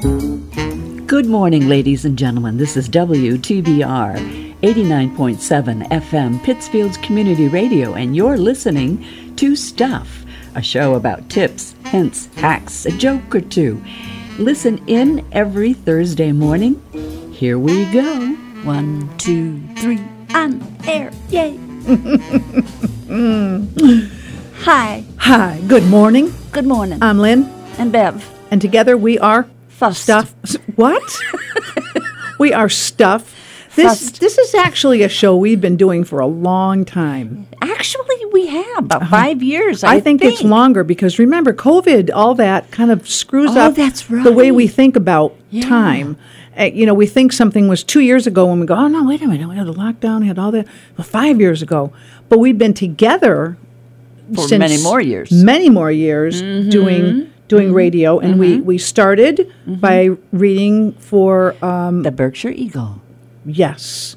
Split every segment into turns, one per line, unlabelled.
Good morning, ladies and gentlemen. This is WTBR 89.7 FM, Pittsfield's Community Radio, and you're listening to Stuff, a show about tips, hints, hacks, a joke or two. Listen in every Thursday morning. Here we go. One, two, three, on air. Yay!
Hi,
Hi, good morning.
good morning.
I'm Lynn,
and Bev.
and together we are
Fussed.
stuff. What? we are stuff. This
Fussed.
this is actually a show we've been doing for a long time.
Actually, we have about
Uh-huh.
five years. I,
I, think, it's longer because remember COVID, all that kind of screws
Oh,
up
that's
the way we
right.
think about time. Uh, you know, we think something was two years ago when we go, oh no, wait a minute, we had the lockdown, we had all that. Well, five years ago, but we've been together
For
since
many more years.
many more years doing doing radio, and we we started by reading for um,
The Berkshire Eagle.
yes.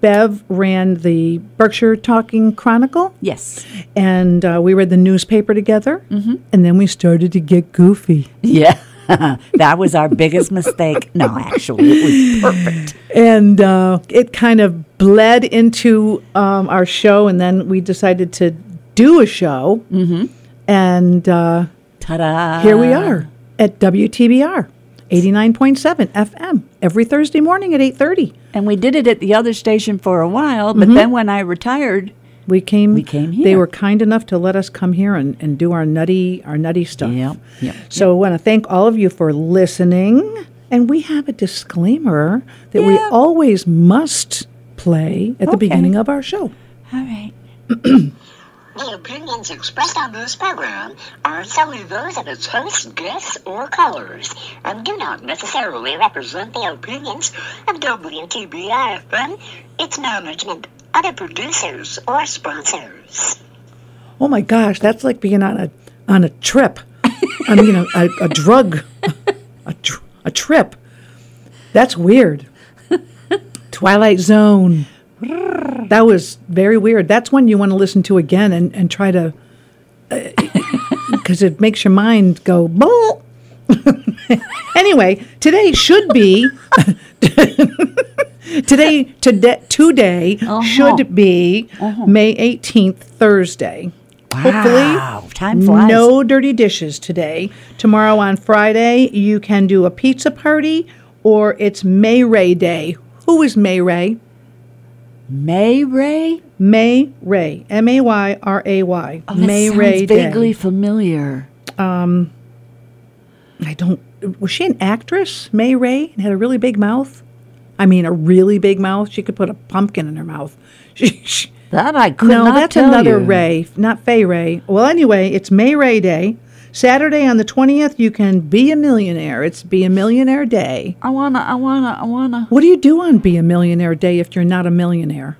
Bev ran the Berkshire Talking Chronicle,
Yes.
and uh, we read the newspaper together, and then we started to get goofy.
Yeah. that was our biggest mistake. No, actually, it was perfect.
and uh, it kind of bled into um, our show, and then we decided to do a show, mm-hmm. and uh,
Ta da.
here we are at WTBR eighty nine point seven FM every Thursday morning at eight thirty.
And we did it at the other station for a while, but then when I retired,
We came.
We came
They
here.
were kind enough to let us come here and, and do our nutty our nutty stuff.
Yep, yep,
So I want to thank all of you for listening. And we have a disclaimer that we
Yeah.
always must play at the
Okay.
beginning of our show.
all right.
The opinions expressed on this program are solely those of its hosts, guests, or callers, and do not necessarily represent the opinions of WTBIFM, its management, other producers, or sponsors.
Oh my gosh, that's like being on a on a trip. I mean, a, a, a drug, a, tr- a trip. That's weird. Twilight Zone. That was very weird. That's one you want to listen to again and, and try to, because it makes your mind go. "Bull." anyway, today should be today today today
Uh-huh.
should be May eighteenth, Thursday.
Wow, time flies.
No dirty dishes today. Tomorrow on Friday, you can do a pizza party or it's May Ray Day. Who is May Ray?
May Ray?
May Ray. M A Y R A Y.
Oh, that
May
sounds
Ray Day.
vaguely familiar.
I don't. Was she an actress, May Ray, and had a really big mouth? I mean, a really big mouth. She could put a pumpkin in her mouth. She, she,
That I could
no,
not
that's
tell
another
you.
Ray, not Fay Ray. Well, anyway, it's May Ray Day. Saturday on the 20th, you can be a millionaire. It's Be a Millionaire Day.
I wanna, I wanna, I wanna
What do you do on Be a Millionaire Day if you're not a millionaire?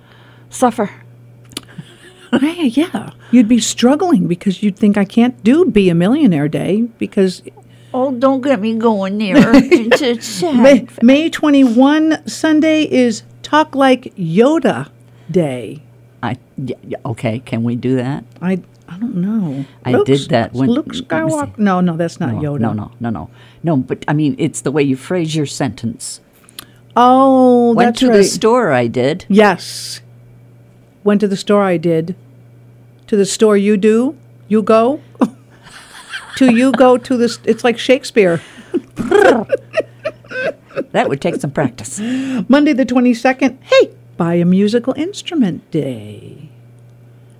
suffer.
Hey, yeah. You'd be struggling because you'd think, I can't do Be a Millionaire Day because
Oh, don't get me going there. It's- it's-
May, May 21 Sunday is Talk Like Yoda Day.
I, yeah, yeah, okay, can we do that?
I I don't know.
I did that when-
Luke
let me see.
Skywalker. No, no, that's not
No,
Yoda.
No, no, no, no. No, but I mean, it's the way you phrase your sentence.
Oh,
Went
that's
to
right.
the store, I did.
Yes. Went to the store I did. To the store you do? You go? to you go to this it's like Shakespeare.
That would take some practice.
Monday the 22nd. Hey, buy a musical instrument day.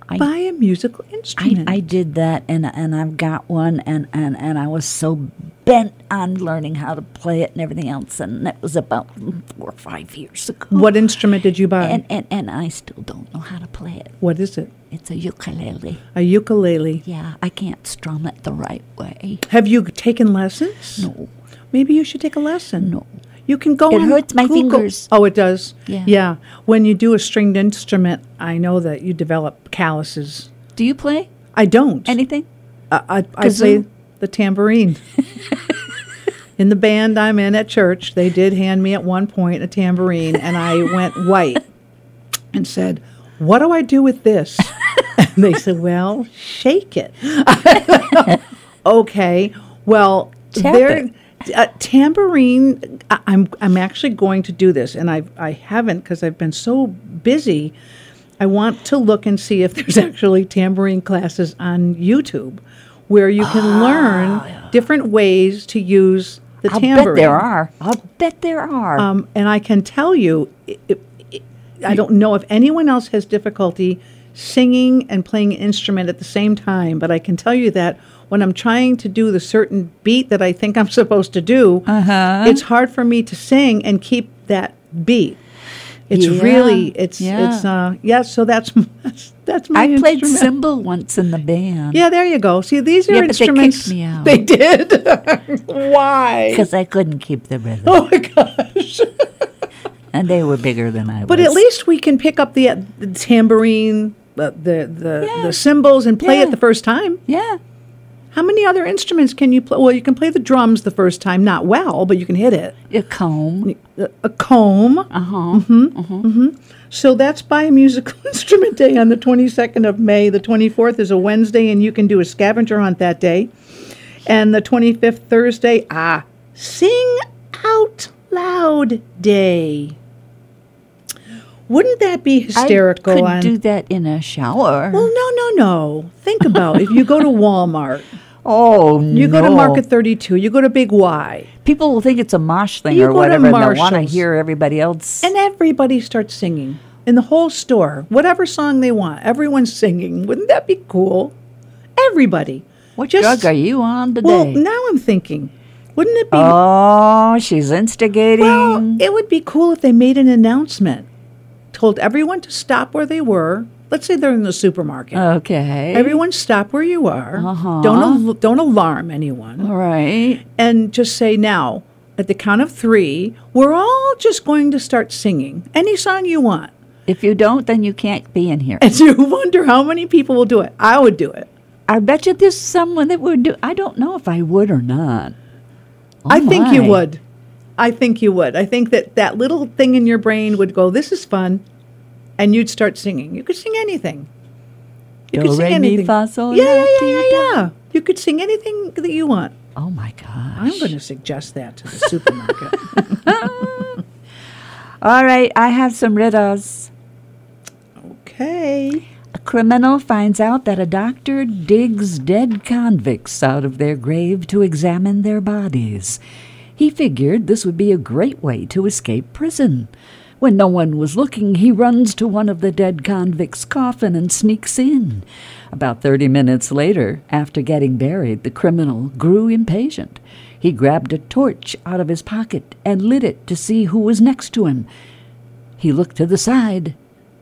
I-
buy a musical
I,
instrument.
I did that and and I've got one and, and, and I was so bent on learning how to play it and everything else and that was about four or five years ago.
what instrument did you buy?
And and, and I still don't know how to play it.
What is it?
It's a ukulele.
A ukulele.
Yeah, I can't strum it the right way.
Have you taken lessons?
No.
Maybe you should take a lesson.
No.
You can go.
It
on
hurts my
Google.
fingers.
Oh, it does.
Yeah.
Yeah. When you do a stringed instrument, I know that you develop calluses.
Do you play
I don't.
anything?
I, I, I
Kazoo?
play the tambourine. in the band I'm in at church, they did hand me at one point a tambourine, and I went white and said, What do I do with this? and they said, Well, shake it. okay. Well,
Tap
there.
it.
Uh, tambourine. I, I'm I'm actually going to do this, and I I haven't because I've been so busy. I want to look and see if there's actually tambourine classes on YouTube where you can learn different ways to use the
Ah, I'll
tambourine.
bet there are. I'll bet there are.
Um, and I can tell you, i i I don't know if anyone else has difficulty singing and playing an instrument at the same time, but I can tell you that when I'm trying to do the certain beat that I think I'm supposed to do,
Uh-huh.
it's hard for me to sing and keep that beat. It's
Yeah,
really it's
yeah.
it's uh yeah. So that's that's, that's my
I played
instrument.
cymbal once in the band
Yeah, there you go. See, these are
Yeah, but they kicked
instruments.
me out.
They did. Why?
because I couldn't keep the rhythm,
Oh my gosh.
and they were bigger than I was.
Oh. But at least we can pick up the, uh, the tambourine, the the the,
Yeah.
the cymbals, and play
Yeah.
it the first time.
yeah,
How many other instruments can you play? Well, you can play the drums the first time, not well, but you can hit it.
a comb.
A, a comb.
Uh-huh.
Uh huh.
Mm-hmm.
hmm hmm So that's by Musical Instrument Day on the 22nd of May. The 24th is a Wednesday, and you can do a scavenger hunt that day. And the 25th Thursday, ah, Sing Out Loud Day. Wouldn't that be hysterical? Oh.
I could
on-
do that in a shower.
Well, no, no, no. Think about if you go to Walmart,
oh no!
you go to Market 32, you go to Big Y,
People will think it's a mosh thing
You
or
go to
whatever, and they want to
Marshall's.
hear everybody else.
and everybody starts singing in the whole store, whatever song they want. Everyone's singing. Wouldn't that be cool? Everybody.
what
Just-
drug are you on today?
Well, now I'm thinking, wouldn't it be?
oh, she's instigating.
well, it would be cool if they made an announcement, told everyone to stop where they were. Let's say they're in the
Oh,
supermarket.
okay,
Everyone, stop where you are.
Uh-huh.
Don't al- don't alarm anyone.
all right.
and just say now at the count of three we're all just going to start singing any song you want
If you don't, then you can't be in here.
and you wonder how many people will do it i would do it
I bet you there's someone that would do. I don't know if I would or not. Oh,
i think you
my.
would i think you would i think that that little thing in your brain would go this is fun and you'd start singing you could sing anything you
Do,
could
re,
sing
mi,
anything
fa, sol,
yeah yeah
la,
yeah
ti,
yeah,
da.
yeah. you could sing anything that you want
Oh my gosh.
i'm going to suggest that to the supermarket
All right, I have some riddles.
okay
A criminal finds out that a doctor digs dead convicts out of their grave to examine their bodies. He figured this would be a great way to escape prison. When no one was looking, he runs to one of the dead convicts' coffin and sneaks in. About 30 minutes later, after getting buried, the criminal grew impatient. He grabbed a torch out of his pocket and lit it to see who was next to him. He looked to the side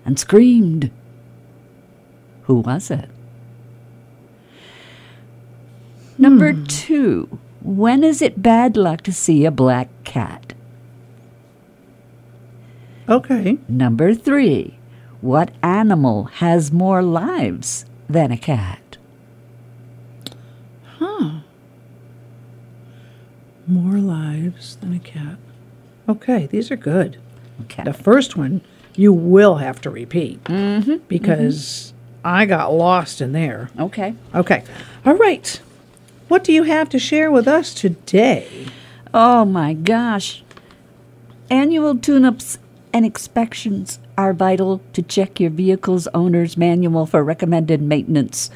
and screamed. Who was it? Number two, when is it bad luck to see a black cat?
okay
Number three, what animal has more lives than a cat?
More lives than a cat. Okay, these are good.
Okay.
The first one you will have to repeat
Mm-hmm.
because I got lost in there.
Okay.
Okay, all right. What do you have to share with us today?
Oh my gosh. Annual tune ups and inspections are vital to check your vehicle's owner's manual for recommended maintenance.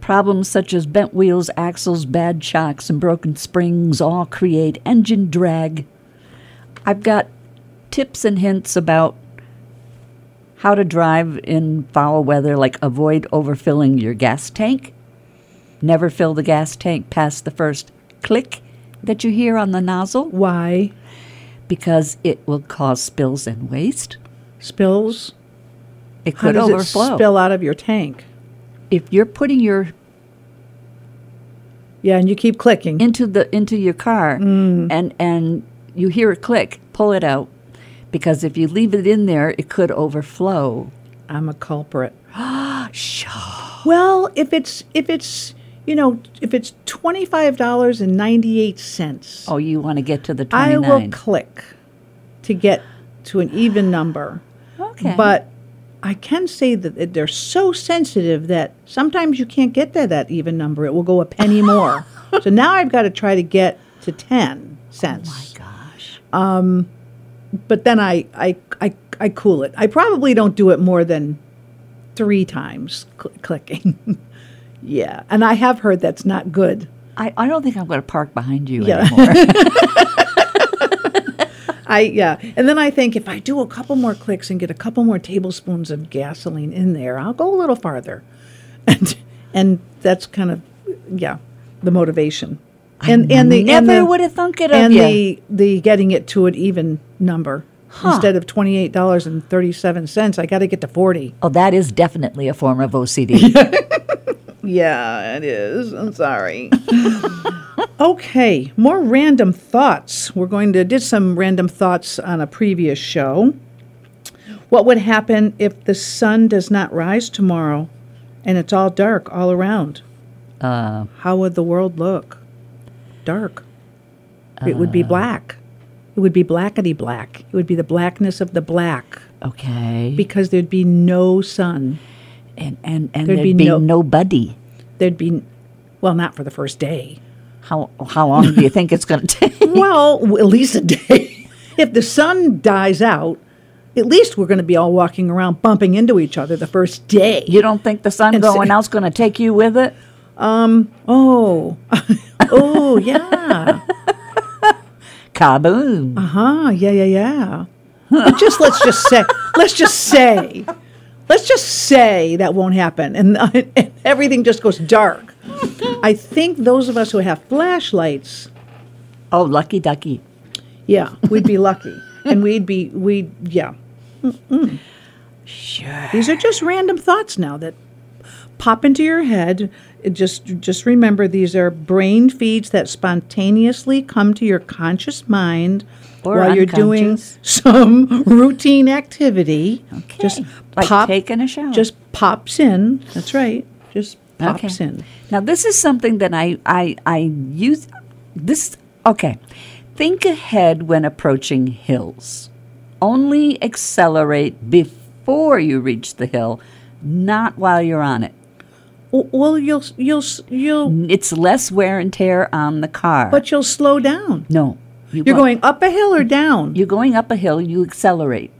Problems such as bent wheels, axles, bad shocks, and broken springs all create engine drag. I've got tips and hints about how to drive in foul weather, like avoid overfilling your gas tank. Never fill the gas tank past the first click that you hear on the nozzle
Why
because it will cause spills and waste.
spills?
It
How
could
does
overflow.
it spill out of your tank?
if you're putting your
Yeah, and you keep clicking.
into the into your car
Mm.
and and you hear a click, pull it out because if you leave it in there, it could overflow.
I'm a culprit. Well, if it's if it's you know if it's twenty five dollars and ninety eight cents,
Oh, you want to get to the
I
29.
will click to get to an even number.
Okay.
But I can say that it- they're so sensitive that sometimes you can't get to that even number. It will go a penny more. so now I've got to try to get to ten cents.
gosh.
but then I, I I I cool it. I probably don't do it more than three times cl- clicking. yeah, and I have heard that's not good.
I, I don't think I'm going to park behind you
Yeah.
anymore.
I yeah, and then I think if I do a couple more clicks and get a couple more tablespoons of gasoline in there, I'll go a little farther, and and that's kind of yeah the motivation. And and the and
Never
the-
would have thunk it of
and
you.
the the getting it to an even number instead of twenty eight dollars and thirty seven cents, I got to get to forty.
oh, that is definitely a form of OCD.
Yeah, it is. I'm sorry. okay, more random thoughts. We're going to did some random thoughts on a previous show. What would happen if the sun does not rise tomorrow and it's all dark all around? Uh, How would the world look? Dark. it would be black. It would be blackety black. It would be the blackness of the black
okay.
because there'd be no sun.
and and, and
There'd
there'd,
be
be,
no-
nobody.
There'd be, well, not for the first day.
How how long do you think it's going to take?
Well, w- at least a day. if the sun dies out, at least we're going to be all walking around bumping into each other the first day.
You don't think the sun
It's-
going out's going to take you with it?
Oh, oh, yeah.
Kaboom!
Huh, yeah, yeah, yeah. But just let's just say, let's just say, let's just say that won't happen and, and everything just goes dark. I think those of us who have flashlights,
Oh, lucky ducky!
yeah, we'd be lucky. And we'd be, we'd, yeah.
Sure.
These are just random thoughts now that pop into your head. It Just just remember these are brain feeds that spontaneously come to your conscious mind
Or
while you're doing
unconscious.
some routine activity.
Okay.
Just
Like
pop
taking a shower.
Just pops in. That's right. Just pops in.
Now this is something that I I I use this okay. Think ahead when approaching hills. Only accelerate before you reach the hill, not while you're on it.
W- Well, you'll s- you'll s- you'll
It's less wear and tear on the car.
but you'll slow down.
no. You
You're
won't.
going up a hill or down.
You're going up a hill, you accelerate.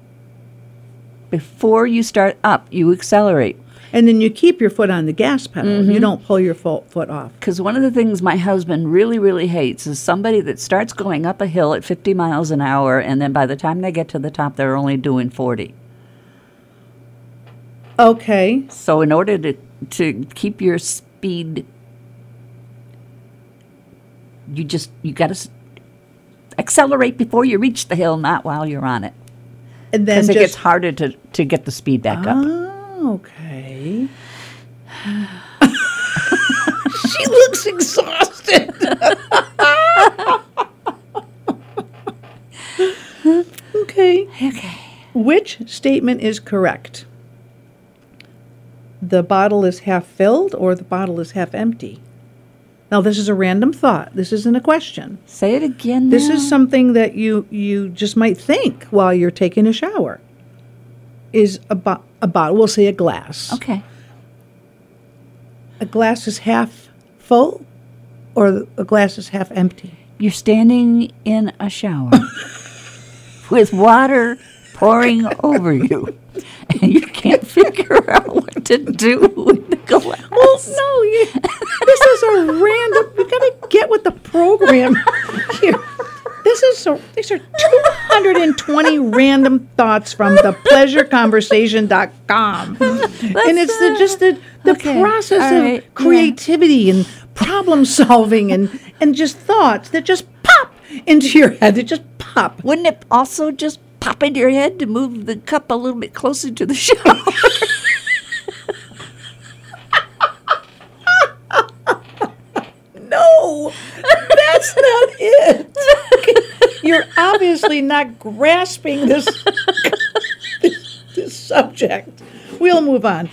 Before you start up, you accelerate.
And then you keep your foot on the gas pedal. You
Mm-hmm.
don't pull your fo- foot off.
Because one of the things my husband really, really hates is somebody that starts going up a hill at 50 miles an hour, and then by the time they get to the top, they're only doing 40.
Okay.
So, in order to, to keep your speed, you just, you got to accelerate before you reach the hill, not while you're on it.
And then
Because it
just
gets harder to, to get the speed back up.
Oh, okay. she looks exhausted. okay.
Okay.
Which statement is correct? The bottle is half filled or the bottle is half empty? Now, this is a random thought. This isn't a question.
Say it again.
This
now.
is something that you you just might think while you're taking a shower. Is a, bo- a bottle, we'll say a glass.
Okay.
a glass is half full or a glass is half empty?
You're standing in a shower with water pouring over you, and you can't figure out what to do with the glass.
Well, no, you, this is a random. You gotta get with the program here. This is so. These are 220 random thoughts from thepleasureconversation.com, and it's the, just the the
Okay,
process
all
of
right, yeah.
creativity and problem solving and and just thoughts that just pop into your head. They just pop.
Wouldn't it also just pop into your head to move the cup a little bit closer to the shower.
No, that's not it. You're obviously not grasping this, this, this subject. We'll move on.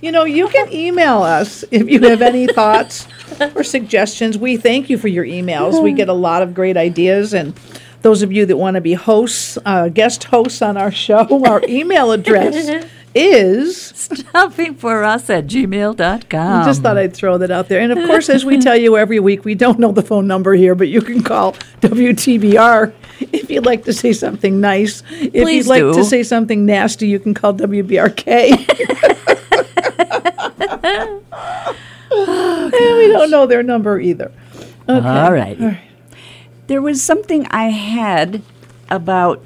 you know, you can email us if you have any thoughts or suggestions. We thank you for your emails. We get a lot of great ideas. And those of you that want to be hosts, uh, guest hosts on our show, our email address is.
Stuffing for us at gmail.com.
I just thought I'd throw that out there. And of course, as we tell you every week, we don't know the phone number here, but you can call WTBR if you'd like to say something nice. If
Please
you'd like
do.
to say something nasty, you can call WBRK. and we
Oh,
don't know their number either.
All right. There was something I had about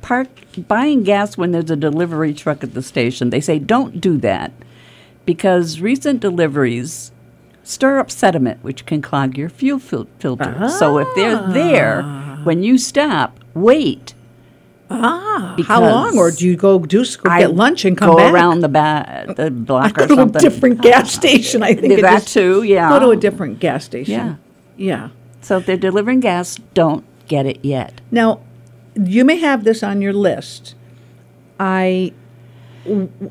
park buying gas when there's a delivery truck at the station. They say don't do that because recent deliveries stir up sediment, which can clog your fuel fil- filter. So if they're
Ah.
there when you stop, wait. Ah,
How long? Or do you go do go
I
get lunch and come
go
back?
around the, ba- the block
go
or
to
something?
a different gas station. I think
Do
it
that
is.
too, yeah.
Go to a different gas station.
Yeah.
Yeah.
So if they're delivering gas, don't get it yet.
Now, you may have this on your list. I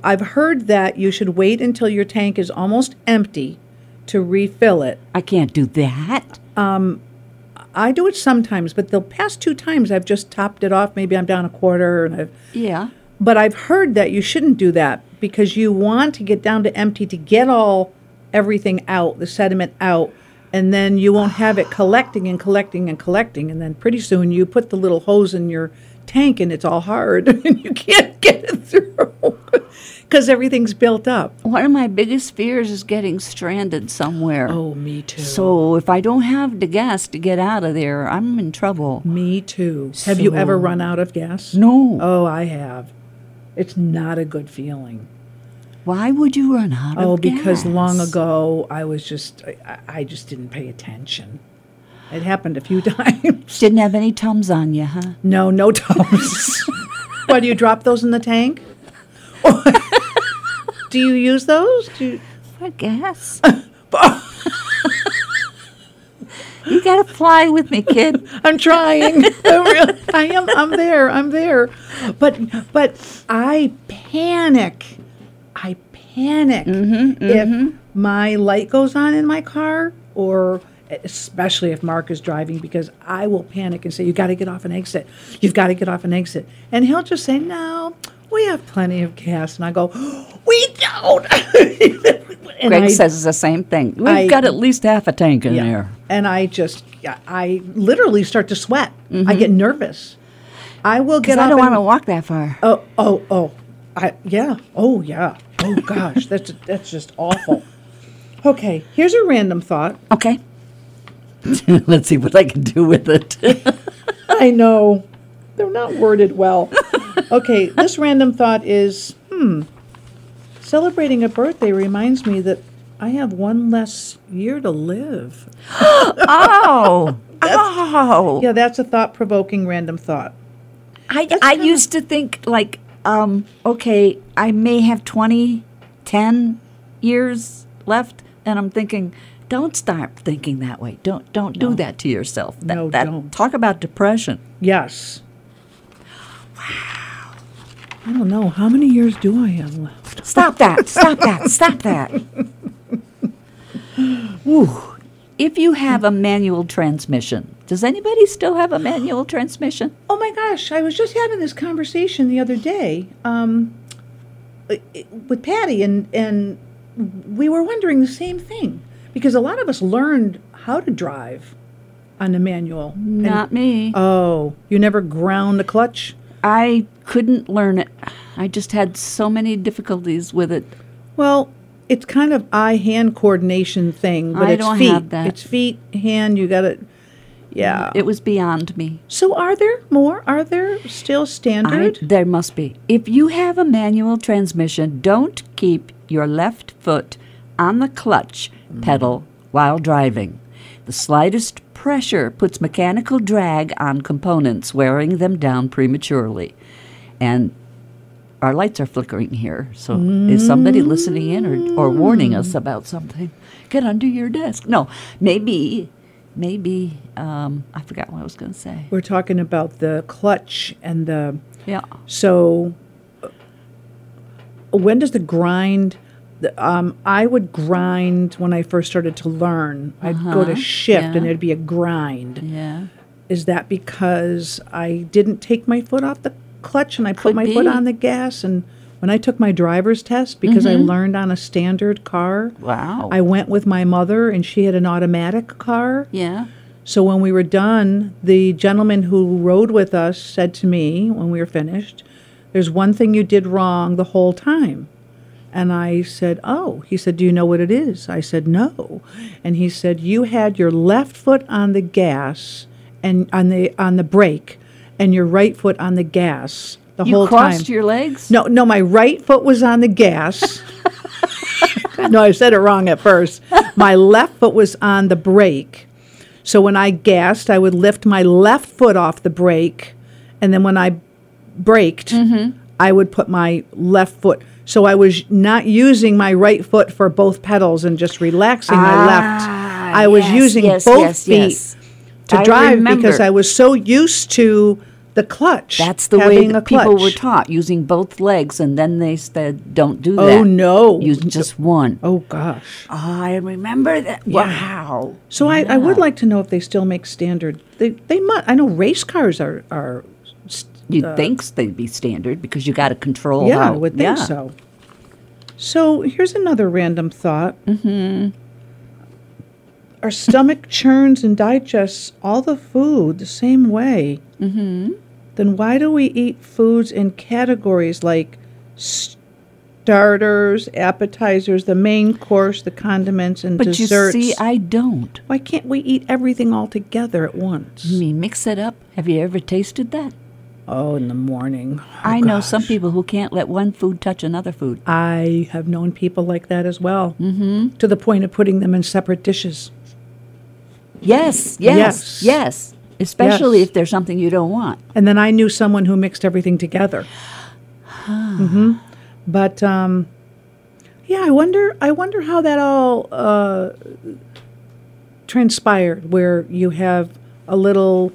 I've heard that you should wait until your tank is almost empty to refill it.
I can't do that.
I do it sometimes, but the past two times I've just topped it off. Maybe I'm down a quarter and I've
Yeah.
but I've heard that you shouldn't do that because you want to get down to empty to get all everything out, the sediment out, and then you won't have it collecting and collecting and collecting, and then pretty soon you put the little hose in your tank and it's all hard and you can't get it through because everything's built up.
One of my biggest fears is getting stranded somewhere.
Oh, me too.
So if I don't have the gas to get out of there, I'm in trouble.
me too. Have you ever run out of gas?
No.
Oh, I have. It's not a good feeling.
Why would you run out
Oh,
of gas?
because long ago I was just I- I, I just didn't pay attention. It happened a few times.
Didn't have any tums on you, huh?
No, no tubs. Why do you drop those in the tank? do you use those? Do you,
For gas. you gotta fly with me, kid.
I'm trying. I'm really- I am. I'm there. I'm there. But but I panic. I panic
Mm-hmm,
if my light goes on in my car, or especially if Mark is driving, because I will panic and say, "You got to get off an exit. You've got to get off an exit," and he'll just say, "No." We have plenty of gas, and I go. We don't. And
Greg
I-
says the same thing. We've
I-
got at least half a tank in there.
and I just, yeah, I literally start to sweat. I get nervous. I will get
Because
up.
Mm-hmm. I don't
and-
want to walk that far.
Oh, oh, oh. I yeah. Oh, yeah. Oh gosh, that's that's just awful. Okay, here's a random thought.
Okay. Let's see what I can do with it.
I know they're not worded well. Okay, this random thought is hmm. Celebrating a birthday reminds me that I have one less year to live.
oh. Oh.
Yeah, that's a thought-provoking random thought.
I, I used to think like um, okay i may have 20 10 years left and i'm thinking don't start thinking that way don't don't do that to yourself that,
No,
that
don't.
talk about depression
Yes. Wow. I don't know how many years do I have left.
stop that stop that stop that Ooh. if you have a manual transmission does anybody still have a manual transmission
Oh my gosh, I was just having this conversation the other day um, i- i- with Patty, and, and we were wondering the same thing because a lot of us learned how to drive on the manual. And-
not me
oh, you never ground the clutch?
i couldn't learn it i just had so many difficulties with it
Well, it's kind of eye hand coordination thing, but
I
it's
don't
feet.
have that.
It's feet, hand, you got to. Yeah.
It was beyond me.
so are there more? Are there still
I,
standard?
there must be. If you have a manual transmission, don't keep your left foot on the clutch pedal while driving. The slightest pressure puts mechanical drag on components, wearing them down prematurely. And our lights are flickering here. So is somebody listening in or, or warning us about something? Get under your desk. No, maybe, maybe, um, I forgot what I was going to say.
We're talking about the clutch and the.
Yeah.
So, uh, when does the grind? the- Um, I would grind when I first started to learn. I'd go to shift
yeah.
and there'd be a grind.
Yeah.
Is that because I didn't take my foot off the clutch and I put
Could
my foot
be.
on the gas? And when I took my driver's test, because I learned on a standard car,
Wow.
I went with my mother and she had an automatic car.
yeah.
So when we were done, the gentleman who rode with us said to me when we were finished, There's one thing you did wrong the whole time. And I said, Oh. He said, Do you know what it is? I said, No. And he said, You had your left foot on the gas and on the on the brake and your right foot on the gas the
You
whole time.
crossed your legs?
No, no, my right foot was on the gas. no, I said it wrong at first. My left foot was on the brake. So when I gassed, I would lift my left foot off the brake. And then when I braked,
Mm-hmm.
I would put my left foot. So I was not using my right foot for both pedals and just relaxing my left. I was
Ah, yes,
using
yes,
both
yes,
feet
yes.
to
I
drive because
remember.
I was so used to the clutch.
That's the way
having a
that people were
clutch.
taught, using both legs, and then they said, "Don't do
Oh,
that."
no.
use just one.
Oh gosh.
I remember that. Wow.
So I, I would like to know if they still make standard. They they must. I know race cars are are. St-
You'd think they'd be standard because you got to control.
yeah, I
how-
would think
yeah.
so. So here's another random thought. Mm-hmm. Our stomach churns and digests all the food the same way. Mm-hmm. Then why do we eat foods in categories like starters, appetizers, the main course, the condiments, and
But
desserts?
you see, I don't.
why can't we eat everything all together at once?
I mean, mix it up. Have you ever tasted that?
Oh, in the morning. Oh,
I know some
gosh.
people who can't let one food touch another food.
I have known people like that as well, mm-hmm. to the point of putting them in separate dishes.
Yes, yes, yes.
Yes.
Especially
Yes.
if there's something you don't want.
And then I knew someone who mixed everything together. hmm
Ah.
But um, yeah, I wonder. I wonder how that all uh, transpired. Where you have a little,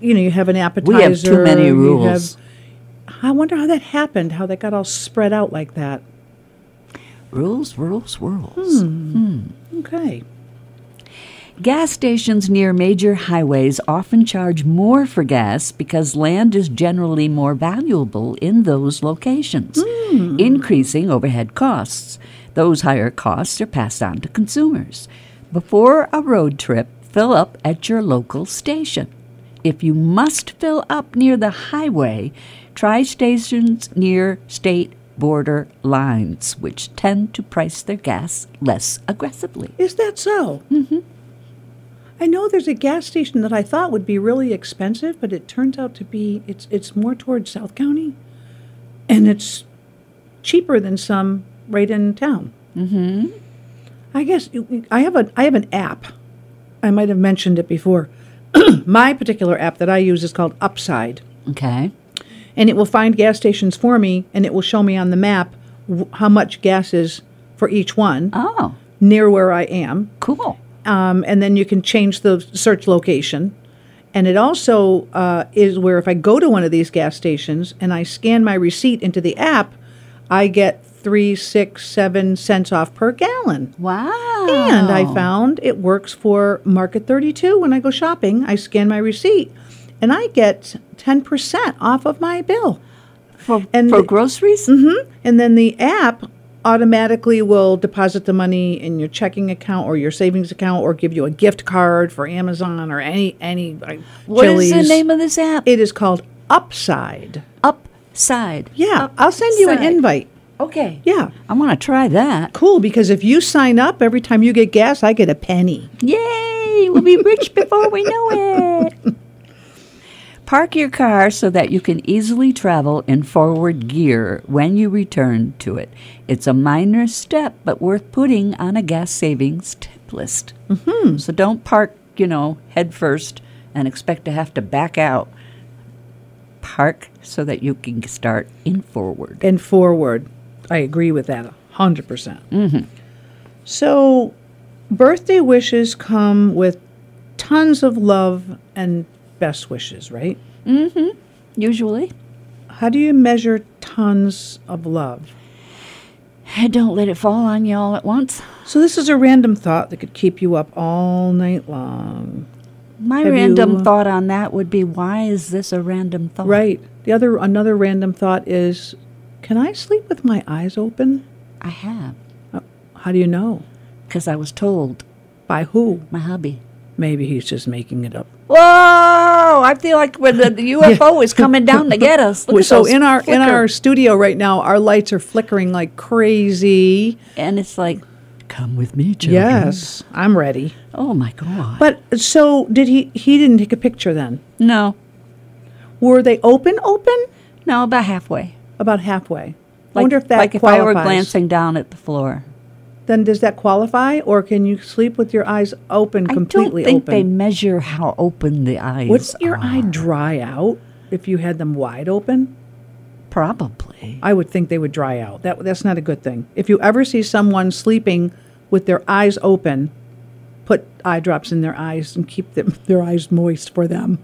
you know, you have an appetizer.
We have too many
you have-
rules.
I wonder how that happened. How that got all spread out like that.
Rules, rules, rules.
Okay.
Gas stations near major highways often charge more for gas because land is generally more valuable in those locations, increasing overhead costs. Those higher costs are passed on to consumers. Before a road trip, fill up at your local station. If you must fill up near the highway, try stations near state border lines, which tend to price their gas less aggressively.
Is that so? Mm-hmm. I know there's a gas station that I thought would be really expensive, but it turns out to be it's it's more towards South County, and it's cheaper than some right in town. Mm-hmm. I guess you- I have a I have an app. I might have mentioned it before. My particular app that I use is called Upside
Okay?
and it will find gas stations for me and it will show me on the map w- how much gas is for each one
Oh,
near where I am.
cool.
Um, and then you can change the search location. And it also uh, is where if I go to one of these gas stations and I scan my receipt into the app, I get three, six, seven cents off per gallon.
Wow.
And I found it works for Market 32 when I go shopping. I scan my receipt and I get 10% off of my bill.
for,
and
for
the-
groceries.
And then the app automatically will deposit the money in your checking account or your savings account or give you a gift card for Amazon or any any like,
What is
Chili's.
the name of this app?
It is called Upside.
Upside.
Yeah, I'll send you an
Upside.
invite.
Okay.
Yeah.
I want to try that.
Cool because if you sign up every time you get gas, I get a penny.
Yay! We'll be rich before we know it. Park your car so that you can easily travel in forward gear when you return to it. It's a minor step, but worth putting on a gas savings tip list. Mm-hmm. So don't park you know, head first and expect to have to back out. Park so that you can start in forward.
and forward. I agree with that 100%. percent
Mm-hmm.
So, birthday wishes come with tons of love and best wishes, right?
Usually,
How do you measure tons of love?
Hey, don't let it fall on you all at once.
So, this is a random thought that could keep you up all night long.
My
Have
random
you-
thought on that would be why is this a random thought?
Right. The other another random thought is can I sleep with my eyes open?
I have,
Uh, How do you know?
because I was told
By who?
my hubby.
Maybe he's just making it up.
Whoa! I feel like when the, the UFO is coming down to get us. Look at
so
those
in our in
flicker.
our studio right now, our lights are flickering like crazy.
and it's like, come with me, children.
Yes, I'm ready.
Oh my god.
But so did he? He didn't take a picture then.
no,
Were they open? Open
no, about halfway.
about halfway. I
Like,
wonder if that
like if I were
qualifies.
glancing down at the floor.
Then does that qualify, or can you sleep with your eyes open, completely
I don't think they
open?
measure how open the eyes.
Wouldn't your eye
are.
dry out if you had them wide open?
Probably.
I would think they would dry out. That that's not a good thing. If you ever see someone sleeping with their eyes open, put eye drops in their eyes and keep them, their eyes moist for them.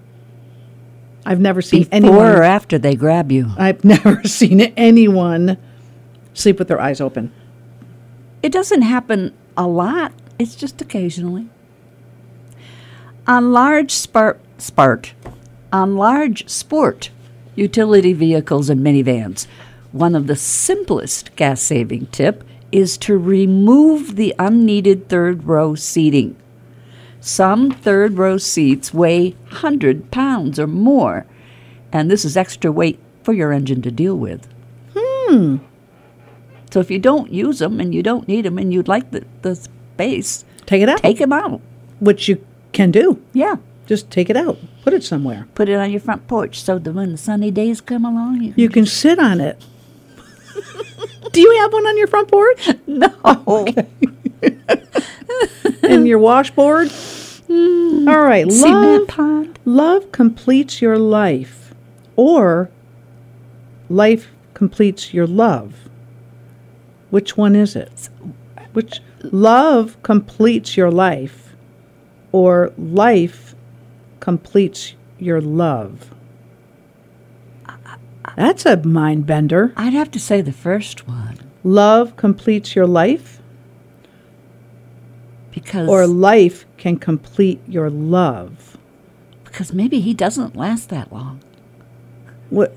I've never seen
Before
anyone.
or after they grab you.
I've never seen anyone sleep with their eyes open.
It doesn't happen a lot. It's just occasionally. On large spart, spart, on large sport utility vehicles and minivans, one of the simplest gas saving tip is to remove the unneeded third row seating. Some third row seats weigh 100 pounds or more, and this is extra weight for your engine to deal with. So if you don't use them and you don't need them and you'd like the, the space,
Take it out,
take them out.
which you can do.
Yeah.
Just take it out, put it somewhere.
Put it on your front porch so that when the sunny days come along, you
You can sit on it. do you have one on your front porch?
no.
and your washboard? All right, love.
Cement pond.
Love completes your life, or life completes your love. Which one is it? Which love completes your life, or life completes your love? That's a mind bender.
I'd have to say the first one
Love completes your life,
because
or life can complete your love.
because maybe he doesn't last that long.
What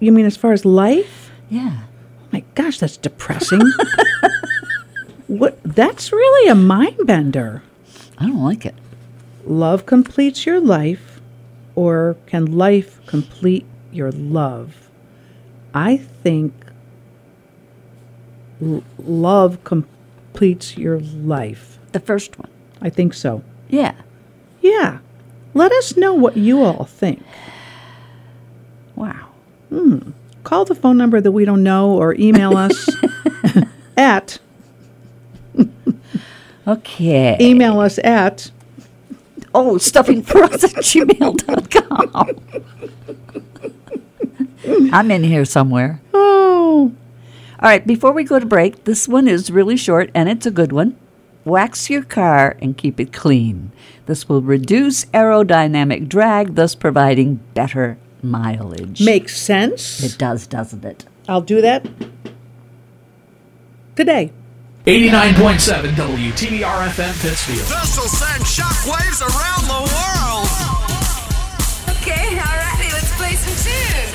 you mean as far as life?
Yeah.
my gosh, that's depressing. what? That's really a mind bender.
I don't like it.
Love completes your life, or can life complete your love? I think l- love completes your life.
The first one.
I think so.
Yeah.
Yeah. Let us know what you all think.
Wow.
Call the phone number that we don't know or email us at
Okay.
email us at
oh, stuffing for us at gmail.com. I'm in here somewhere.
oh
All right, before we go to break, this one is really short and it's a good one. Wax your car and keep it clean. This will reduce aerodynamic drag, thus providing better mileage.
makes sense.
it does, doesn't it?
I'll do that today.
89.7 WTBR FM Pittsfield.
Vessel send shockwaves around the world.
Okay, alrighty, let's play some tunes.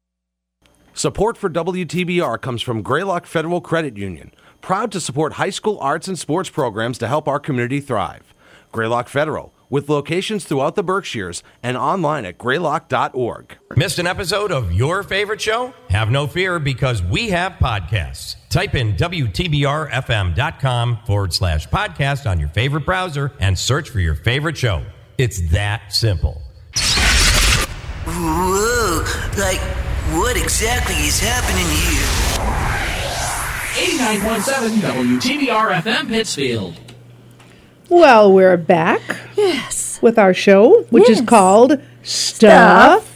Support for WTBR comes from Greylock Federal Credit Union, proud to support high school arts and sports programs to help our community thrive. Greylock Federal, with locations throughout the Berkshires and online at greylock.org.
Missed an episode of your favorite show? Have no fear because we have podcasts. Type in WTBRFM.com forward slash podcast on your favorite browser and search for your favorite show. It's that simple.
Whoa, like, what exactly is happening
89.7
here?
WTBR FM Pittsfield.
Well, we're back
Yes.
with our show, which is
Yes.
called Stuff.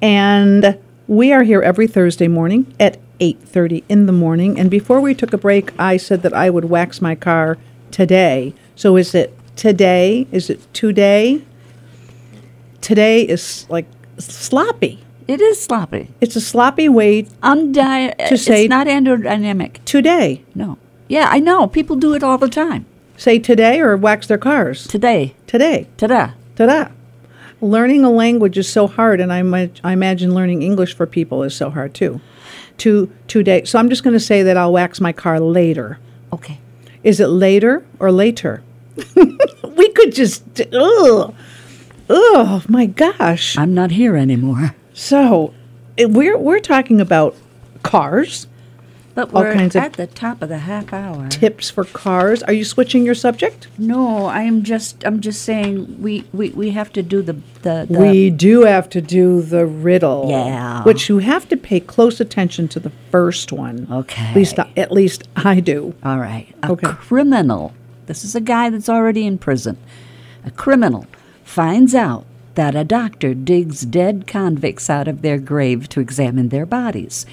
and we are here every Thursday morning at 8:30 in the morning. And before we took a break, I said that I would wax my car today. So is it today? Is it today? Today is like sloppy.
It is sloppy.
It's a sloppy way
Undi-
say-
it's not aerodynamic.
today.
No. Yeah, I know. People do it all the time.
Say today or wax their cars
Today.
today.
Ta-da.
Ta-da! Learning a language is so hard, and I, ma- I imagine learning English for people is so hard too. To today, so I'm just going to say that I'll wax my car later.
Okay.
Is it later or later? we could just ugh, oh my gosh.
I'm not here anymore.
So it- we're we're talking about cars,
But
All
we're
kinds of-
at the top of the half hour.
tips for cars. Are you switching your subject?
No, I am just. I'm just saying we we, we have to do the the. the
we do have to do the riddle.
Yeah.
Which you have to pay close attention to the first one.
Okay.
At least, I- at least I do.
all right. A
Okay.
criminal. This is a guy that's already in prison. A criminal finds out that a doctor digs dead convicts out of their grave to examine their bodies.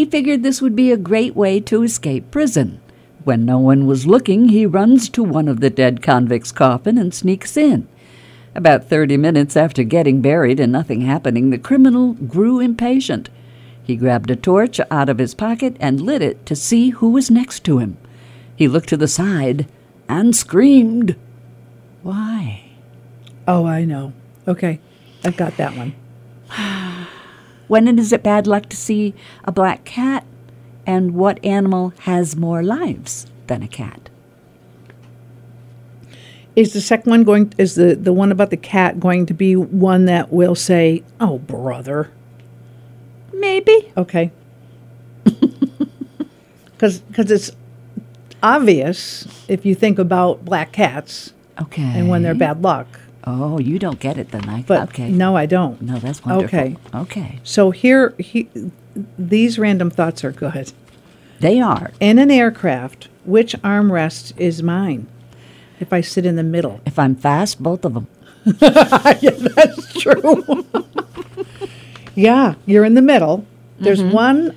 He figured this would be a great way to escape prison. When no one was looking, he runs to one of the dead convicts' coffin and sneaks in. About 30 minutes after getting buried and nothing happening, the criminal grew impatient. He grabbed a torch out of his pocket and lit it to see who was next to him. He looked to the side and screamed. Why?
Oh, I know. Okay. I've got that one.
When is it bad luck to see a black cat? And what animal has more lives than a cat?
Is the second one going, is the, the one about the cat going to be one that will say, oh, brother?
Maybe.
Okay. Because it's obvious if you think about black cats
Okay.
and when they're bad luck.
Oh, you don't get it then. I,
But
okay.
no, I don't.
No, that's wonderful.
Okay.
Okay.
So here, he, these random thoughts are good.
They are.
In an aircraft, which armrest is mine? If I sit in the middle.
If I'm fast, both of them.
True. yeah, you're in the middle. There's one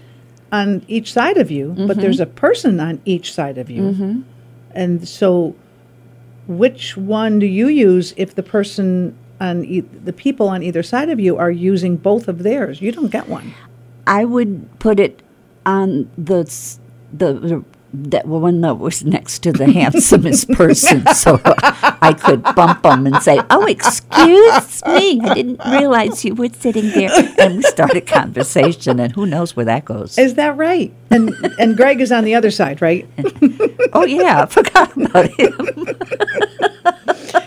on each side of you, but there's a person on each side of you. And so, which one do you use if the person on e- the people on either side of you are using both of theirs? You don't get one.
I would put it on the s- the the- that one that was next to the handsomest person, so I could bump them and say, "Oh, excuse me, I didn't realize you were sitting there," and we start a conversation, and who knows where that goes?
Is that right? And and Greg is on the other side, right?
oh yeah, I forgot about him.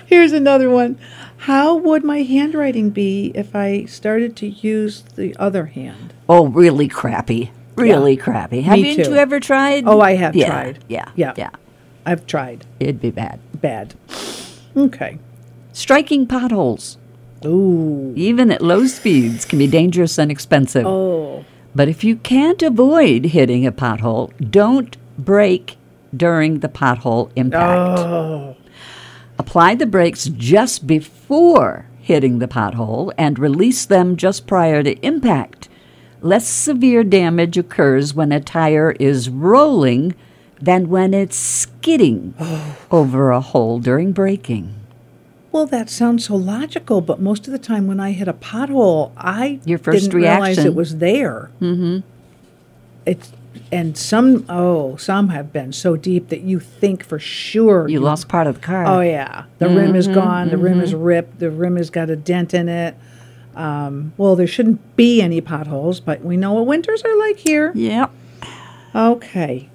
Here's another one. How would my handwriting be if I started to use the other hand?
Oh, really crappy, really crappy. Haven't
too.
you ever tried?
Oh, I have
Yeah,
tried.
Yeah,
Yeah.
yeah,
I've tried.
it'd be bad.
Bad. Okay.
Striking potholes.
Ooh.
even at low speeds, can be dangerous and expensive.
Oh.
But if you can't avoid hitting a pothole, don't brake during the pothole impact.
Oh.
Apply the brakes just before hitting the pothole and release them just prior to impact. Less severe damage occurs when a tire is rolling than when it's skidding over a hole during braking.
Well, that sounds so logical, but most of the time when I hit a pothole, I
Your first
didn't realize it
reaction.
was there. Mm-hmm. It's and some oh some have been so deep that you think for sure
You lost part of the car.
Oh yeah, the rim is gone. The rim is ripped. The rim has got a dent in it. Um, well, there shouldn't be any potholes, but we know what winters are like here.
Yep.
Okay,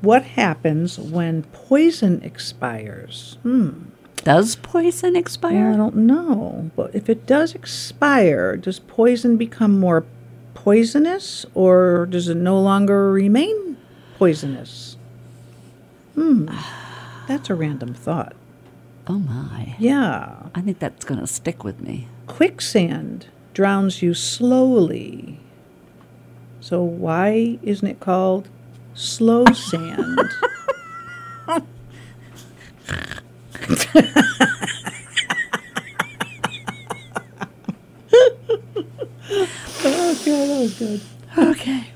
what happens when poison expires?
Does poison expire?
I don't know. But if it does expire, does poison become more poisonous or does it no longer remain poisonous? Hmm. That's a random thought.
Oh my.
Yeah.
I think that's going to stick with me.
Quicksand drowns you slowly. So why isn't it called slow sand?
Okay.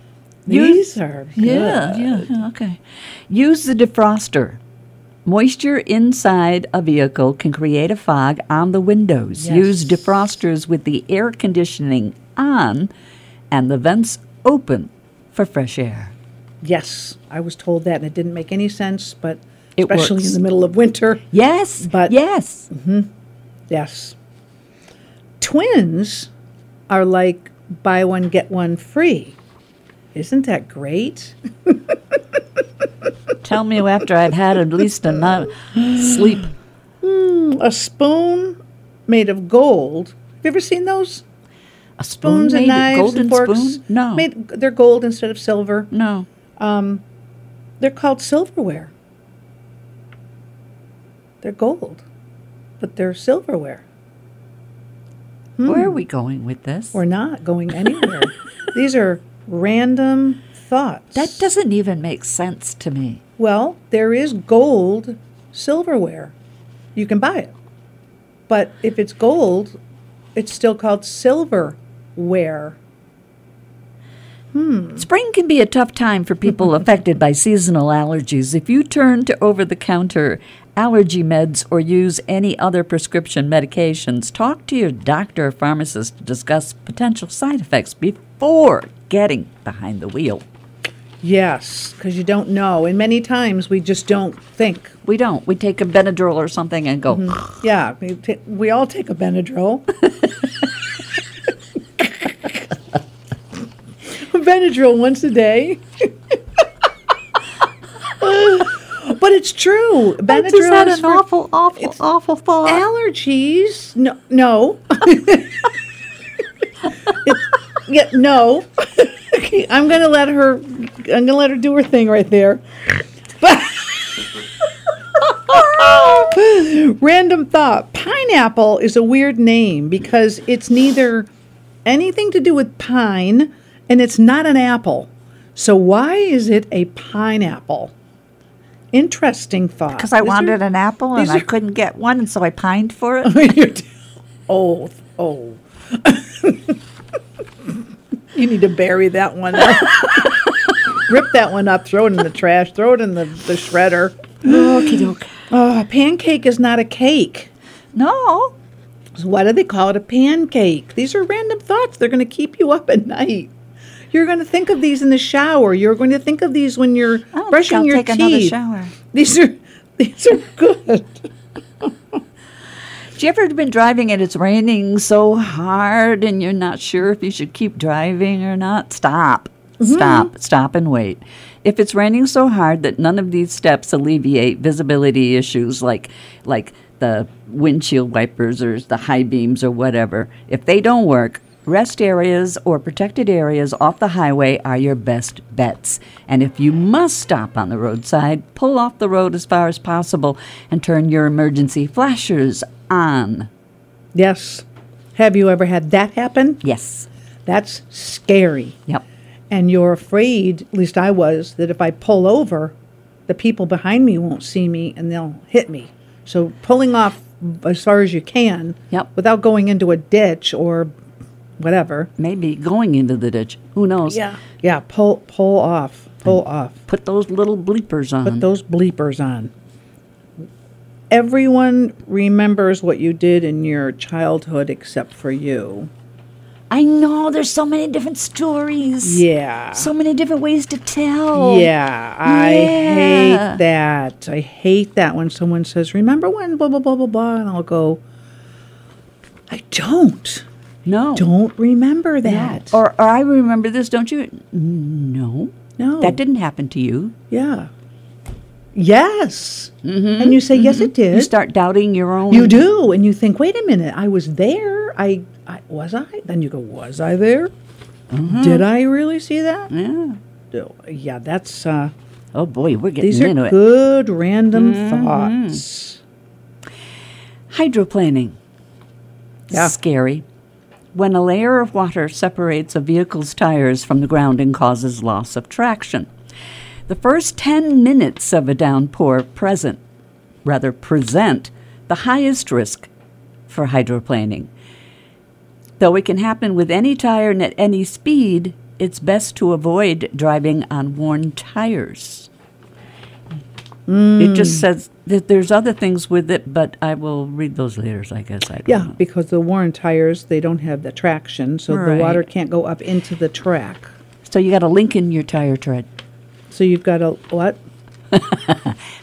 These are good.
Yeah, yeah, yeah, okay. Use the defroster. Moisture inside a vehicle can create a fog on the windows. Use defrosters with the air conditioning on and the vents open for fresh air.
Yes, I was told that, and it didn't make any sense. But
It
especially
works.
in the middle of winter,
Yes,
But-
yes.
yes. Twins are like buy one get one free. Isn't that great?
Tell me after I've had at least a night sleep.
A spoon made of gold. Have you ever seen those
A spoon
spoons and
made a
knives
golden
and forks?
spoon? No,
made, they're gold instead of silver.
no.
They're called silverware. They're gold, but they're silverware.
Where are we going with this?
We're not going anywhere. These are random thoughts.
that doesn't even make sense to me.
Well, there is gold silverware. You can buy it. But if it's gold, it's still called silverware.
Spring can be a tough time for people affected by seasonal allergies. If you turn to over the counter allergy meds or use any other prescription medications, talk to your doctor or pharmacist to discuss potential side effects before getting behind the wheel.
Yes, because you don't know. And many times we just don't think.
We don't. We take a Benadryl or something and go,
Yeah, we, ta- we all take a Benadryl. Benadryl once a day. but it's true.
I just
Benadryl
had
is
an
for
awful, awful, awful thought.
allergies. No, no. yeah, no. okay, I'm gonna let her. I'm gonna let her do her thing right there. Random thought: Pineapple is a weird name because it's neither anything to do with pine, and it's not an apple. So why is it a pineapple? Interesting thought.
Because I
These are-
wanted an apple and
these
I
are-
couldn't get one, and so I pined for it.
You're t- oh, oh. you need to bury that one up. Rip that one up, throw it in the trash, throw it in the, the shredder.
Okie doke.
Oh, a pancake is not a cake.
No.
So why do they call it a pancake? These are random thoughts. They're going to keep you up at night. You're going to think of these in the shower. You're going to think of these when you're
I don't
brushing
think I'll
your
take another
teeth.
shower.
These are these are good.
Have you ever been driving and it's raining so hard and you're not sure if you should keep driving or not? Stop. Stop. Stop and wait. If it's raining so hard that none of these steps alleviate visibility issues like like the windshield wipers or the high beams or whatever, if they don't work, rest areas or protected areas off the highway are your best bets. And if you must stop on the roadside, pull off the road as far as possible and turn your emergency flashers on.
Yes. Have you ever had that happen?
Yes.
That's scary.
Yep.
And you're afraid, at least I was, that if I pull over, the people behind me won't see me and they'll hit me. So pulling off as far as you can
Yep.
without going into a ditch or whatever.
Maybe going into the ditch. Who knows?
Yeah, pull pull off. Pull off.
Put those little bleepers on.
Put those bleepers on. Everyone remembers what you did in your childhood except for you.
I know there's so many different stories.
Yeah.
So many different ways to tell.
Yeah, I
Oh, Yeah.
hate that. I hate that when someone says, "Remember when blah blah blah blah blah," and I'll go, "I don't,
No.
don't remember that."
Oh. Or, or I remember this, don't you? No.
no,
That didn't happen to you.
Yeah, Yes. And you say, yes, it did.
Mm-hmm, You start doubting your own.
You do, and you think, wait a minute, I was there. I, I was I. Then you go, was I there? Did I really see that?
Mm-hmm. Yeah.
No. Yeah, that's. Uh,
Oh boy, we're getting
these are
into it. Mm-hmm.
good random thoughts.
Hydroplaning.
Yeah.
Scary. When a layer of water separates a vehicle's tires from the ground and causes loss of traction. The first 10 minutes of a downpour present, rather present, the highest risk for hydroplaning. Though it can happen with any tire and at any speed, it's best to avoid driving on worn tires. It
Mm.
just says that there's other things with it, but I will read those later, I guess. I don't
Yeah,
know.
because the worn tires they don't have the traction, so
Right.
the water can't go up into the track.
So you got to link in your tire tread.
So you've got a what?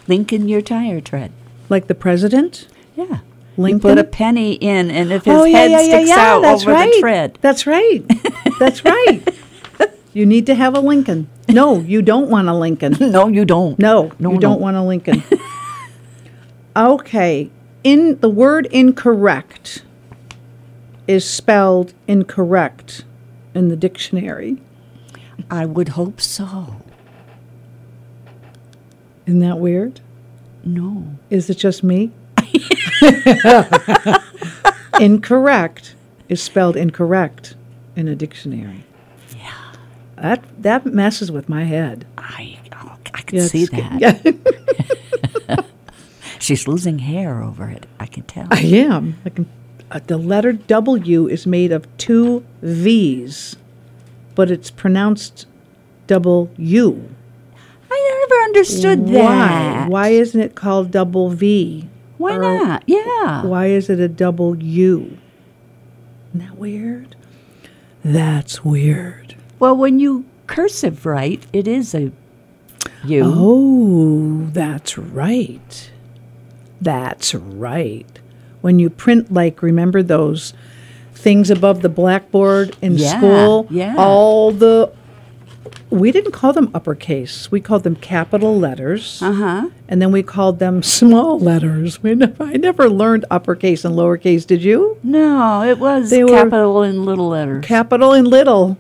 Link in your tire tread.
Like the president? Oh,
Yeah.
Link
you put a
in?
penny in, and if his head sticks out over
right.
the tread,
That's right. That's right. you need to have a Lincoln. No, you don't want a Lincoln.
no, you don't.
No,
no,
you don't want a Lincoln. okay. In the word incorrect is spelled incorrect in the dictionary.
I would hope so.
Isn't that weird?
No.
Is it just me? incorrect is spelled incorrect in a dictionary. Yeah. That that messes with my head.
I, oh, I can
Yeah,
see
it's-
that. She's losing hair over it. I can tell.
I am. I can, uh, the letter W is made of two V's, but it's pronounced double U.
I never understood
Why?
that.
Why isn't it called double V?
Why
Or
not? Yeah.
Why is it a double U? Isn't that weird? That's weird.
Well, when you cursive write, it is a you.
Oh, that's right. That's right. When you print, like, remember those things above the blackboard in
Yeah,
school?
yeah.
All the, we didn't call them uppercase. We called them capital letters. Uh
Uh-huh.
huh. And then we called them small letters. We never, I never learned uppercase and lowercase, did you?
No, it was
They were-
capital and little letters.
capital and little.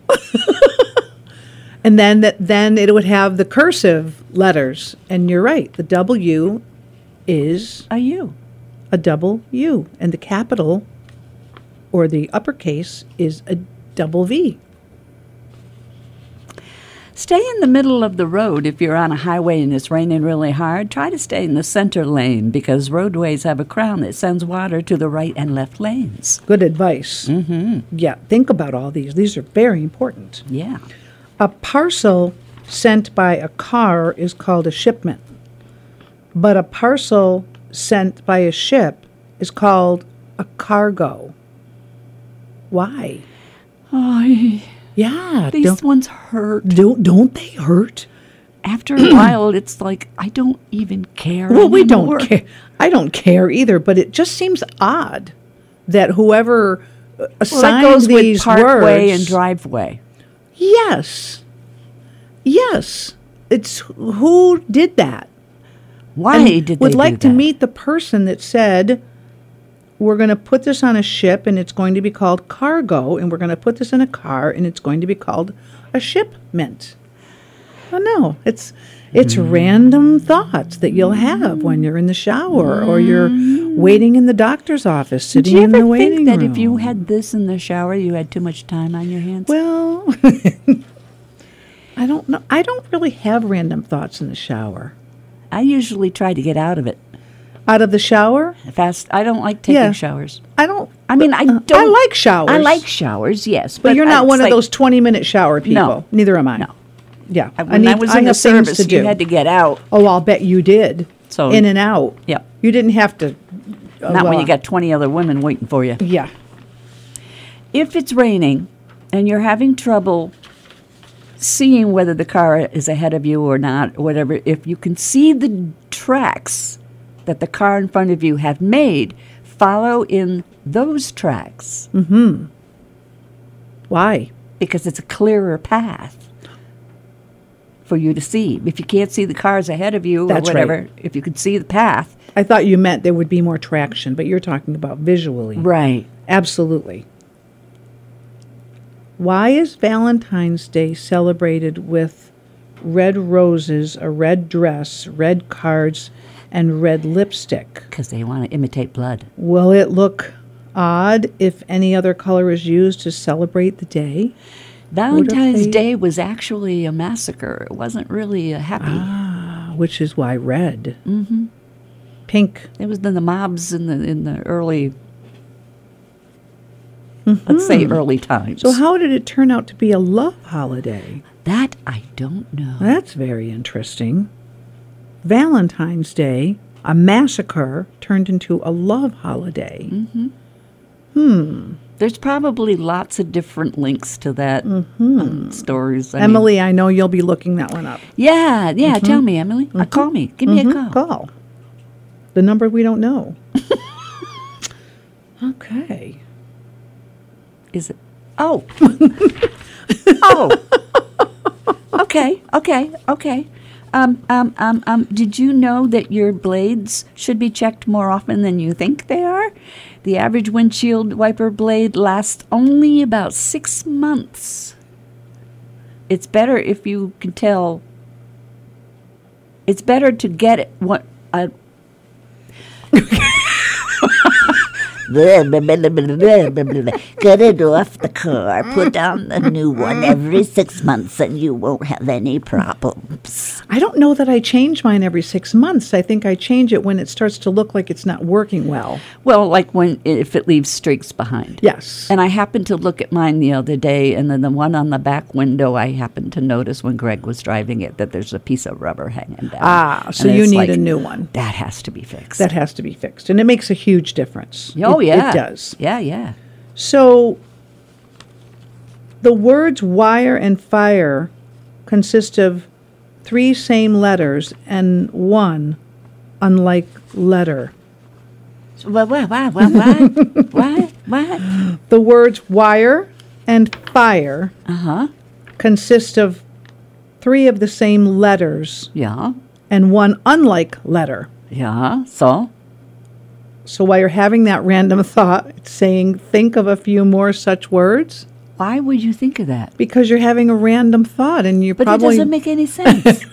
and then that then it would have the cursive letters. And you're right, the W is
a U.
a double U, and the capital or the uppercase is a double V.
Stay in the middle of the road if you're on a highway and it's raining really hard. Try to stay in the center lane because roadways have a crown that sends water to the right and left lanes.
Good advice. Mm-hmm. Yeah, think about all these. These are very important.
Yeah.
A parcel sent by a car is called a shipment, but a parcel sent by a ship is called a cargo. Why?
Oh,
Yeah,
these
don't,
ones hurt.
don't don't they hurt?
After a while, it's like, I don't even care.
Well, we
anymore.
don't care. I don't care either, but it just seems odd that whoever uh,
Well, that
assigned
goes with
these
parkway
words
and driveway.
Yes, yes. It's who did that.
Why
and
did
would
they
like
do
to
that?
meet the person that said we're going to put this on a ship and it's going to be called cargo and we're going to put this in a car and it's going to be called a shipment oh no it's it's
Mm.
random thoughts that you'll have when you're in the shower or you're waiting in the doctor's office
Do
sitting
Mm. you
in the
ever
waiting
think that if you
room.
had this in the shower, you had too much time on your hands?
well i don't know i don't really have random thoughts in the shower
I usually try to get out of it
out of the shower
fast. I don't like taking
Yeah.
showers.
i don't uh,
I mean, I don't.
i like showers
I like showers, yes.
But, you're not
it's
one
like-
of those 20 minute shower people. Neither am I.
No.
Yeah.
I, when I, was in the
have things
service, you had to get out.
oh, I'll bet you did.
So-
in and out.
Yeah.
You didn't have to. uh,
Not when
well,
you got 20 other women waiting for you.
Yeah.
If it's raining and you're having trouble seeing whether the car is ahead of you or not, or whatever, if you can see the tracks that the car in front of you have made, follow in those tracks
Why?
because it's a clearer path for you to see. If you can't see the cars ahead of you
That's
or
right.
whatever, if you could see the path,
I thought you meant there would be more traction, but you're talking about visually.
Right.
Absolutely. Why is Valentine's Day celebrated with red roses, a red dress, red cards, and red lipstick?
because they want to imitate blood.
Will it look odd if any other color is used to celebrate the day?
Valentine's
they-
Day was actually a massacre. It wasn't really a happy.
Ah. Uh, Which is why red. Mm-hmm. Pink.
It was then the mobs in the in the early, let's say early times.
Mm-hmm. So, how did it turn out to be a love holiday?
that I don't know.
That's very interesting. Valentine's Day, a massacre turned into a love holiday.
There's probably lots of different links to that um, stories. I mean-
Mm-hmm. Emily, Mm-hmm. I know you'll be looking that one up.
yeah, yeah. Tell me, Emily. Uh, call me. Give
Mm-hmm.
me a call.
Call. The number we don't know. okay.
Is it? Oh. oh. Okay. Okay. Okay. Um, um, um, um, did you know that your blades should be checked more often than you think they are? The average windshield wiper blade lasts only about six months. It's better if you can tell. It's better to get it what. Uh,
Get it off the car. Put on the new one every six months, and you won't have any problems.
I don't know that I change mine every six months. I think I change it when it starts to look like it's not working well.
well, like when if it leaves streaks behind.
Yes.
And I happened to look at mine the other day, and then the one on the back window, I happened to notice when Greg was driving it that there's a piece of rubber hanging down.
Ah, so
And
you
it's
need
like,
a new one.
That has to be fixed.
That has to be fixed. And it makes a huge difference.
oh,
It-
yeah.
It does.
Yeah, yeah.
So the words wire and fire consist of three same letters and one unlike letter.
What, what, what, what, what? what, what?
The words wire and fire
Uh-huh.
consist of three of the same letters
Yeah,
and one unlike letter.
yeah. So,
So while you're having that random thought, it's saying think of a few more such words
why would you think of that?
because you're having a random thought and you're
But it
probably
doesn't make any sense.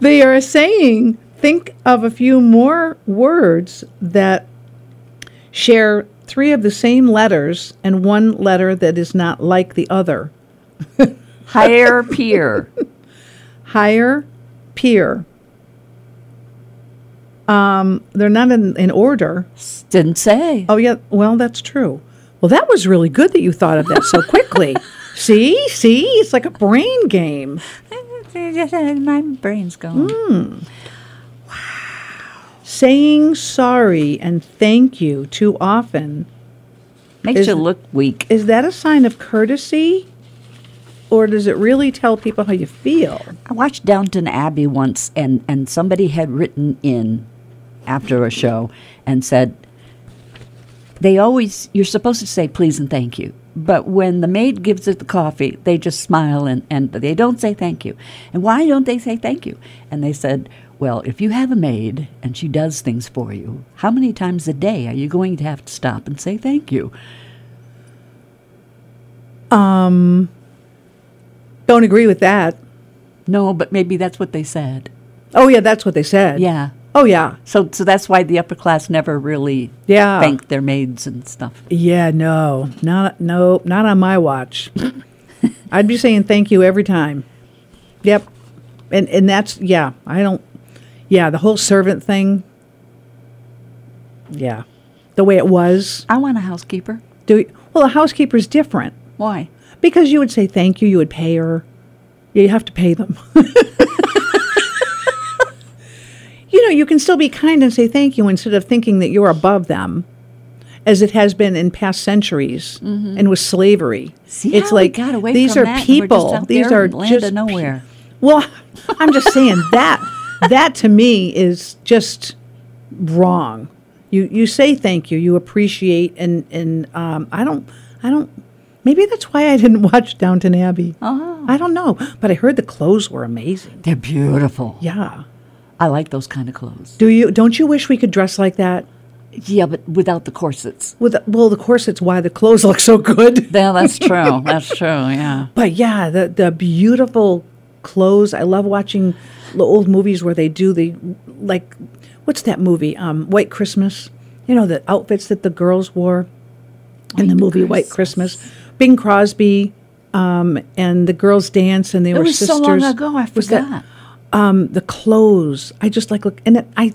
they are saying think of a few more words that share three of the same letters and one letter that is not like the other
Higher peer.
higher peer um, they're not in, in order
Didn't say.
oh yeah well that's true well that was really good that you thought of that so quickly see see it's like a brain game
My brain's going.
saying sorry and thank you too often
Makes
Is-
you look weak.
Is that a sign of courtesy? Or does it really tell people how you feel?
I watched Downton Abbey once, and, and somebody had written in after a show and said, they always, you're supposed to say please and thank you. But when the maid gives it the coffee, they just smile and, and they don't say thank you. And why don't they say thank you? And they said, well, if you have a maid and she does things for you, how many times a day are you going to have to stop and say thank you?
Don't agree with that.
No, but maybe that's what they said.
Oh, yeah, that's what they said.
Yeah.
Oh, yeah.
So, so that's why the upper class never really
Yeah.
thanked their maids and stuff.
Yeah, no. Not, no, not on my watch. I'd be saying thank you every time. Yep. And, and that's, yeah, I don't, yeah, the whole servant thing. Yeah. The way it was.
I want a housekeeper.
Do, well, a housekeeper's different.
Why?
Because you would say thank you, you would pay her. You have to pay them. you know, you can still be kind and say thank you instead of thinking that you're above them, as it has been in past centuries and with slavery.
Mm-hmm. See
it's
how we
like
got away
these
from
are
that and we're just
people.
out
these
there
are
in land of
just pe-
nowhere.
well, I'm just saying that that to me is just wrong. You you say thank you, you appreciate, and and um, I don't I don't Maybe that's why I didn't watch Downton Abbey.
Oh.
I don't know, but I heard the clothes were amazing.
They're beautiful.
Yeah.
I like those kind of clothes.
Do you? Don't you wish we could dress like that?
Yeah, but without the corsets.
With well, the corset's why the clothes look so good.
Yeah, that's true. that's true. Yeah.
But yeah, the the beautiful clothes. I love watching the old movies where they do the like, what's that movie? Um, White Christmas. You know the outfits that the girls wore in the movie White Christmas. Bing Crosby um, and the girls dance, and they
It
were
was
sisters.
so long ago. I
Was that-
forgot.
um, the clothes. I just like look, and it, I,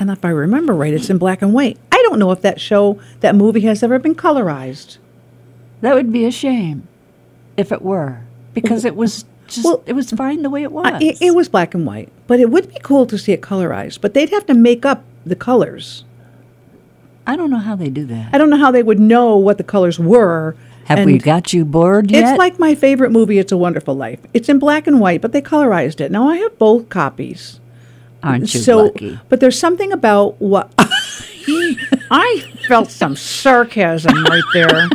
and if I remember right, it's in black and white. I don't know if that show, that movie, has ever been colorized.
That would be a shame if it were, because it was just
Well,
it was fine the way it was.
I- Uh, it, it was black and white, but it would be cool to see it colorized. But they'd have to make up the colors.
I don't know how they do that.
I don't know how they would know what the colors were.
Have
and
we got you bored
It's
yet?
like my favorite movie, It's a Wonderful Life. It's in black and white, but they colorized it. Now I have both copies.
aren't you
so,
lucky?
but there's something about what I felt some sarcasm right there.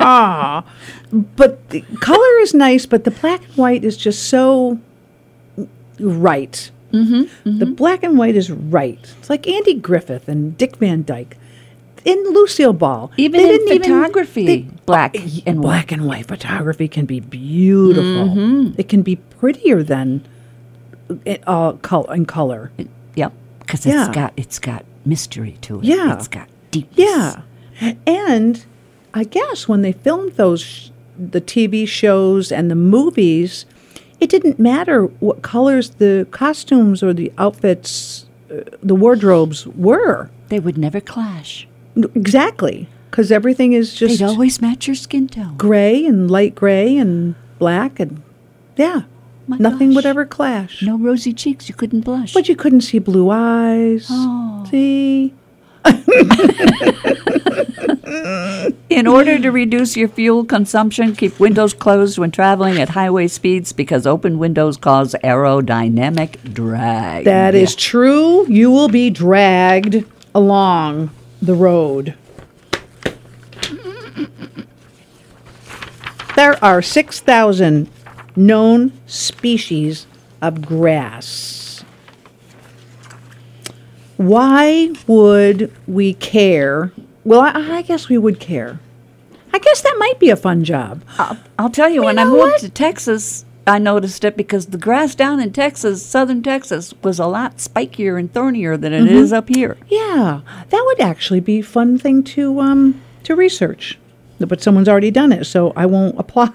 Ah, but the color is nice, but the black and white is just so right.
Mm-hmm,
The black and white is right. It's like Andy Griffith and Dick Van Dyke and Lucille Ball.
Even
They
in
didn't even-
photography,
they-
black and white.
black and white photography can be beautiful.
Mm-hmm.
It can be prettier than uh, col- in color.
Yep, because
Yeah.
it's got it's got mystery to it.
Yeah.
it's got deepness.
Yeah. And I guess when they filmed those, sh- the TV shows and the movies, it didn't matter what colors the costumes or the outfits, uh, the wardrobes were.
they would never clash.
N- Exactly. Because everything is just
They'd always match your skin tone.
gray and light gray and black and, yeah.
My
Nothing would
gosh.
ever clash.
No rosy cheeks. You couldn't blush.
But you couldn't see blue eyes. See?
In order to reduce your fuel consumption, keep windows closed when traveling at highway speeds because open windows cause aerodynamic drag.
That is true. You will be dragged along the road. There are 6,000 known species of grass. Why would we care? Well, I, I guess we would care. I guess that might be a fun job.
I'll tell you,
You
when I
know
moved
what?
to Texas, I noticed it because the grass down in Texas, southern Texas, was a lot spikier and thornier than
Mm-hmm.
it is up here.
Yeah, that would actually be a fun thing to um to research. But someone's already done it, so I won't apply.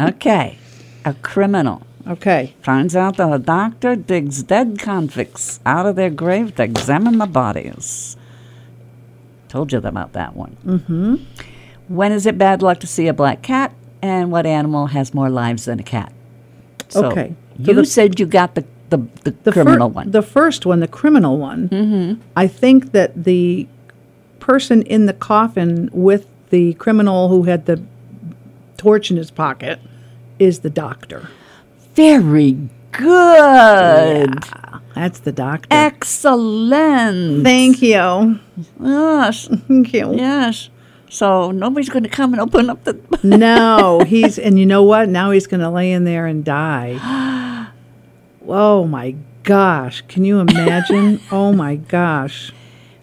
Okay, a criminal
okay.
finds out that a doctor digs dead convicts out of their grave to examine the bodies. Told you about that one. Mm-hmm. When is it bad luck to see a black cat? And what animal has more lives than a cat? So
Okay, so
you
the-
said you got the the, the,
The fir-
criminal one.
The first one, the criminal one. Mm-hmm. I think that the person in the coffin with the criminal who had the torch in his pocket is the doctor.
Very good.
That's the doctor.
Excellent.
Thank you.
Yes.
Thank you.
Yes. So nobody's going to come and open up the.
No, he's and you know what? Now he's going to lay in there and die. Oh my gosh! Can you imagine? oh my gosh!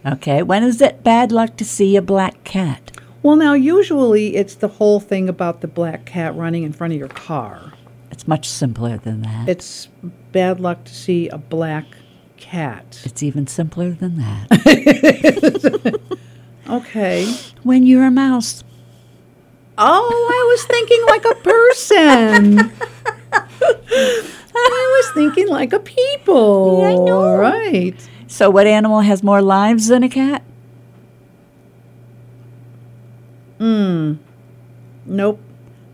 Okay. When is it bad luck to see a black cat?
Well, now usually it's the whole thing about the black cat running in front of your car.
It's much simpler than that.
It's bad luck to see a black cat.
It's even simpler than that.
Okay.
when you're a mouse.
Oh, I was thinking like a person. I was thinking like a people.
Yeah, I know.
Right.
So what animal has more lives than a cat?
Nope.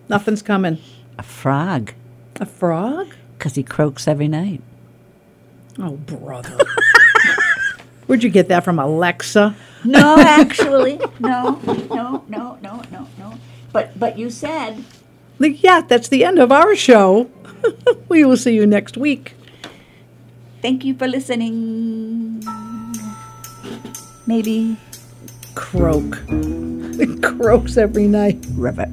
Nothing's coming.
A frog,
A frog?
'cause he croaks every night.
Oh, brother. Where'd you get that from, Alexa?
No, actually, no, no, no, no, no, no. But but you said
Like, yeah, that's the end of our show. we will see you next week.
thank you for listening. Maybe.
Croak. it croaks every night.
Ribbit.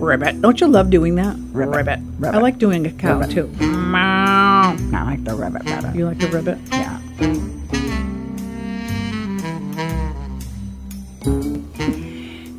Ribbit. Don't you love doing that?
Ribbit. Ribbit.
I like doing a cow
Ribbit.
too. Meow.
I like the ribbit better.
You like the ribbit?
Yeah.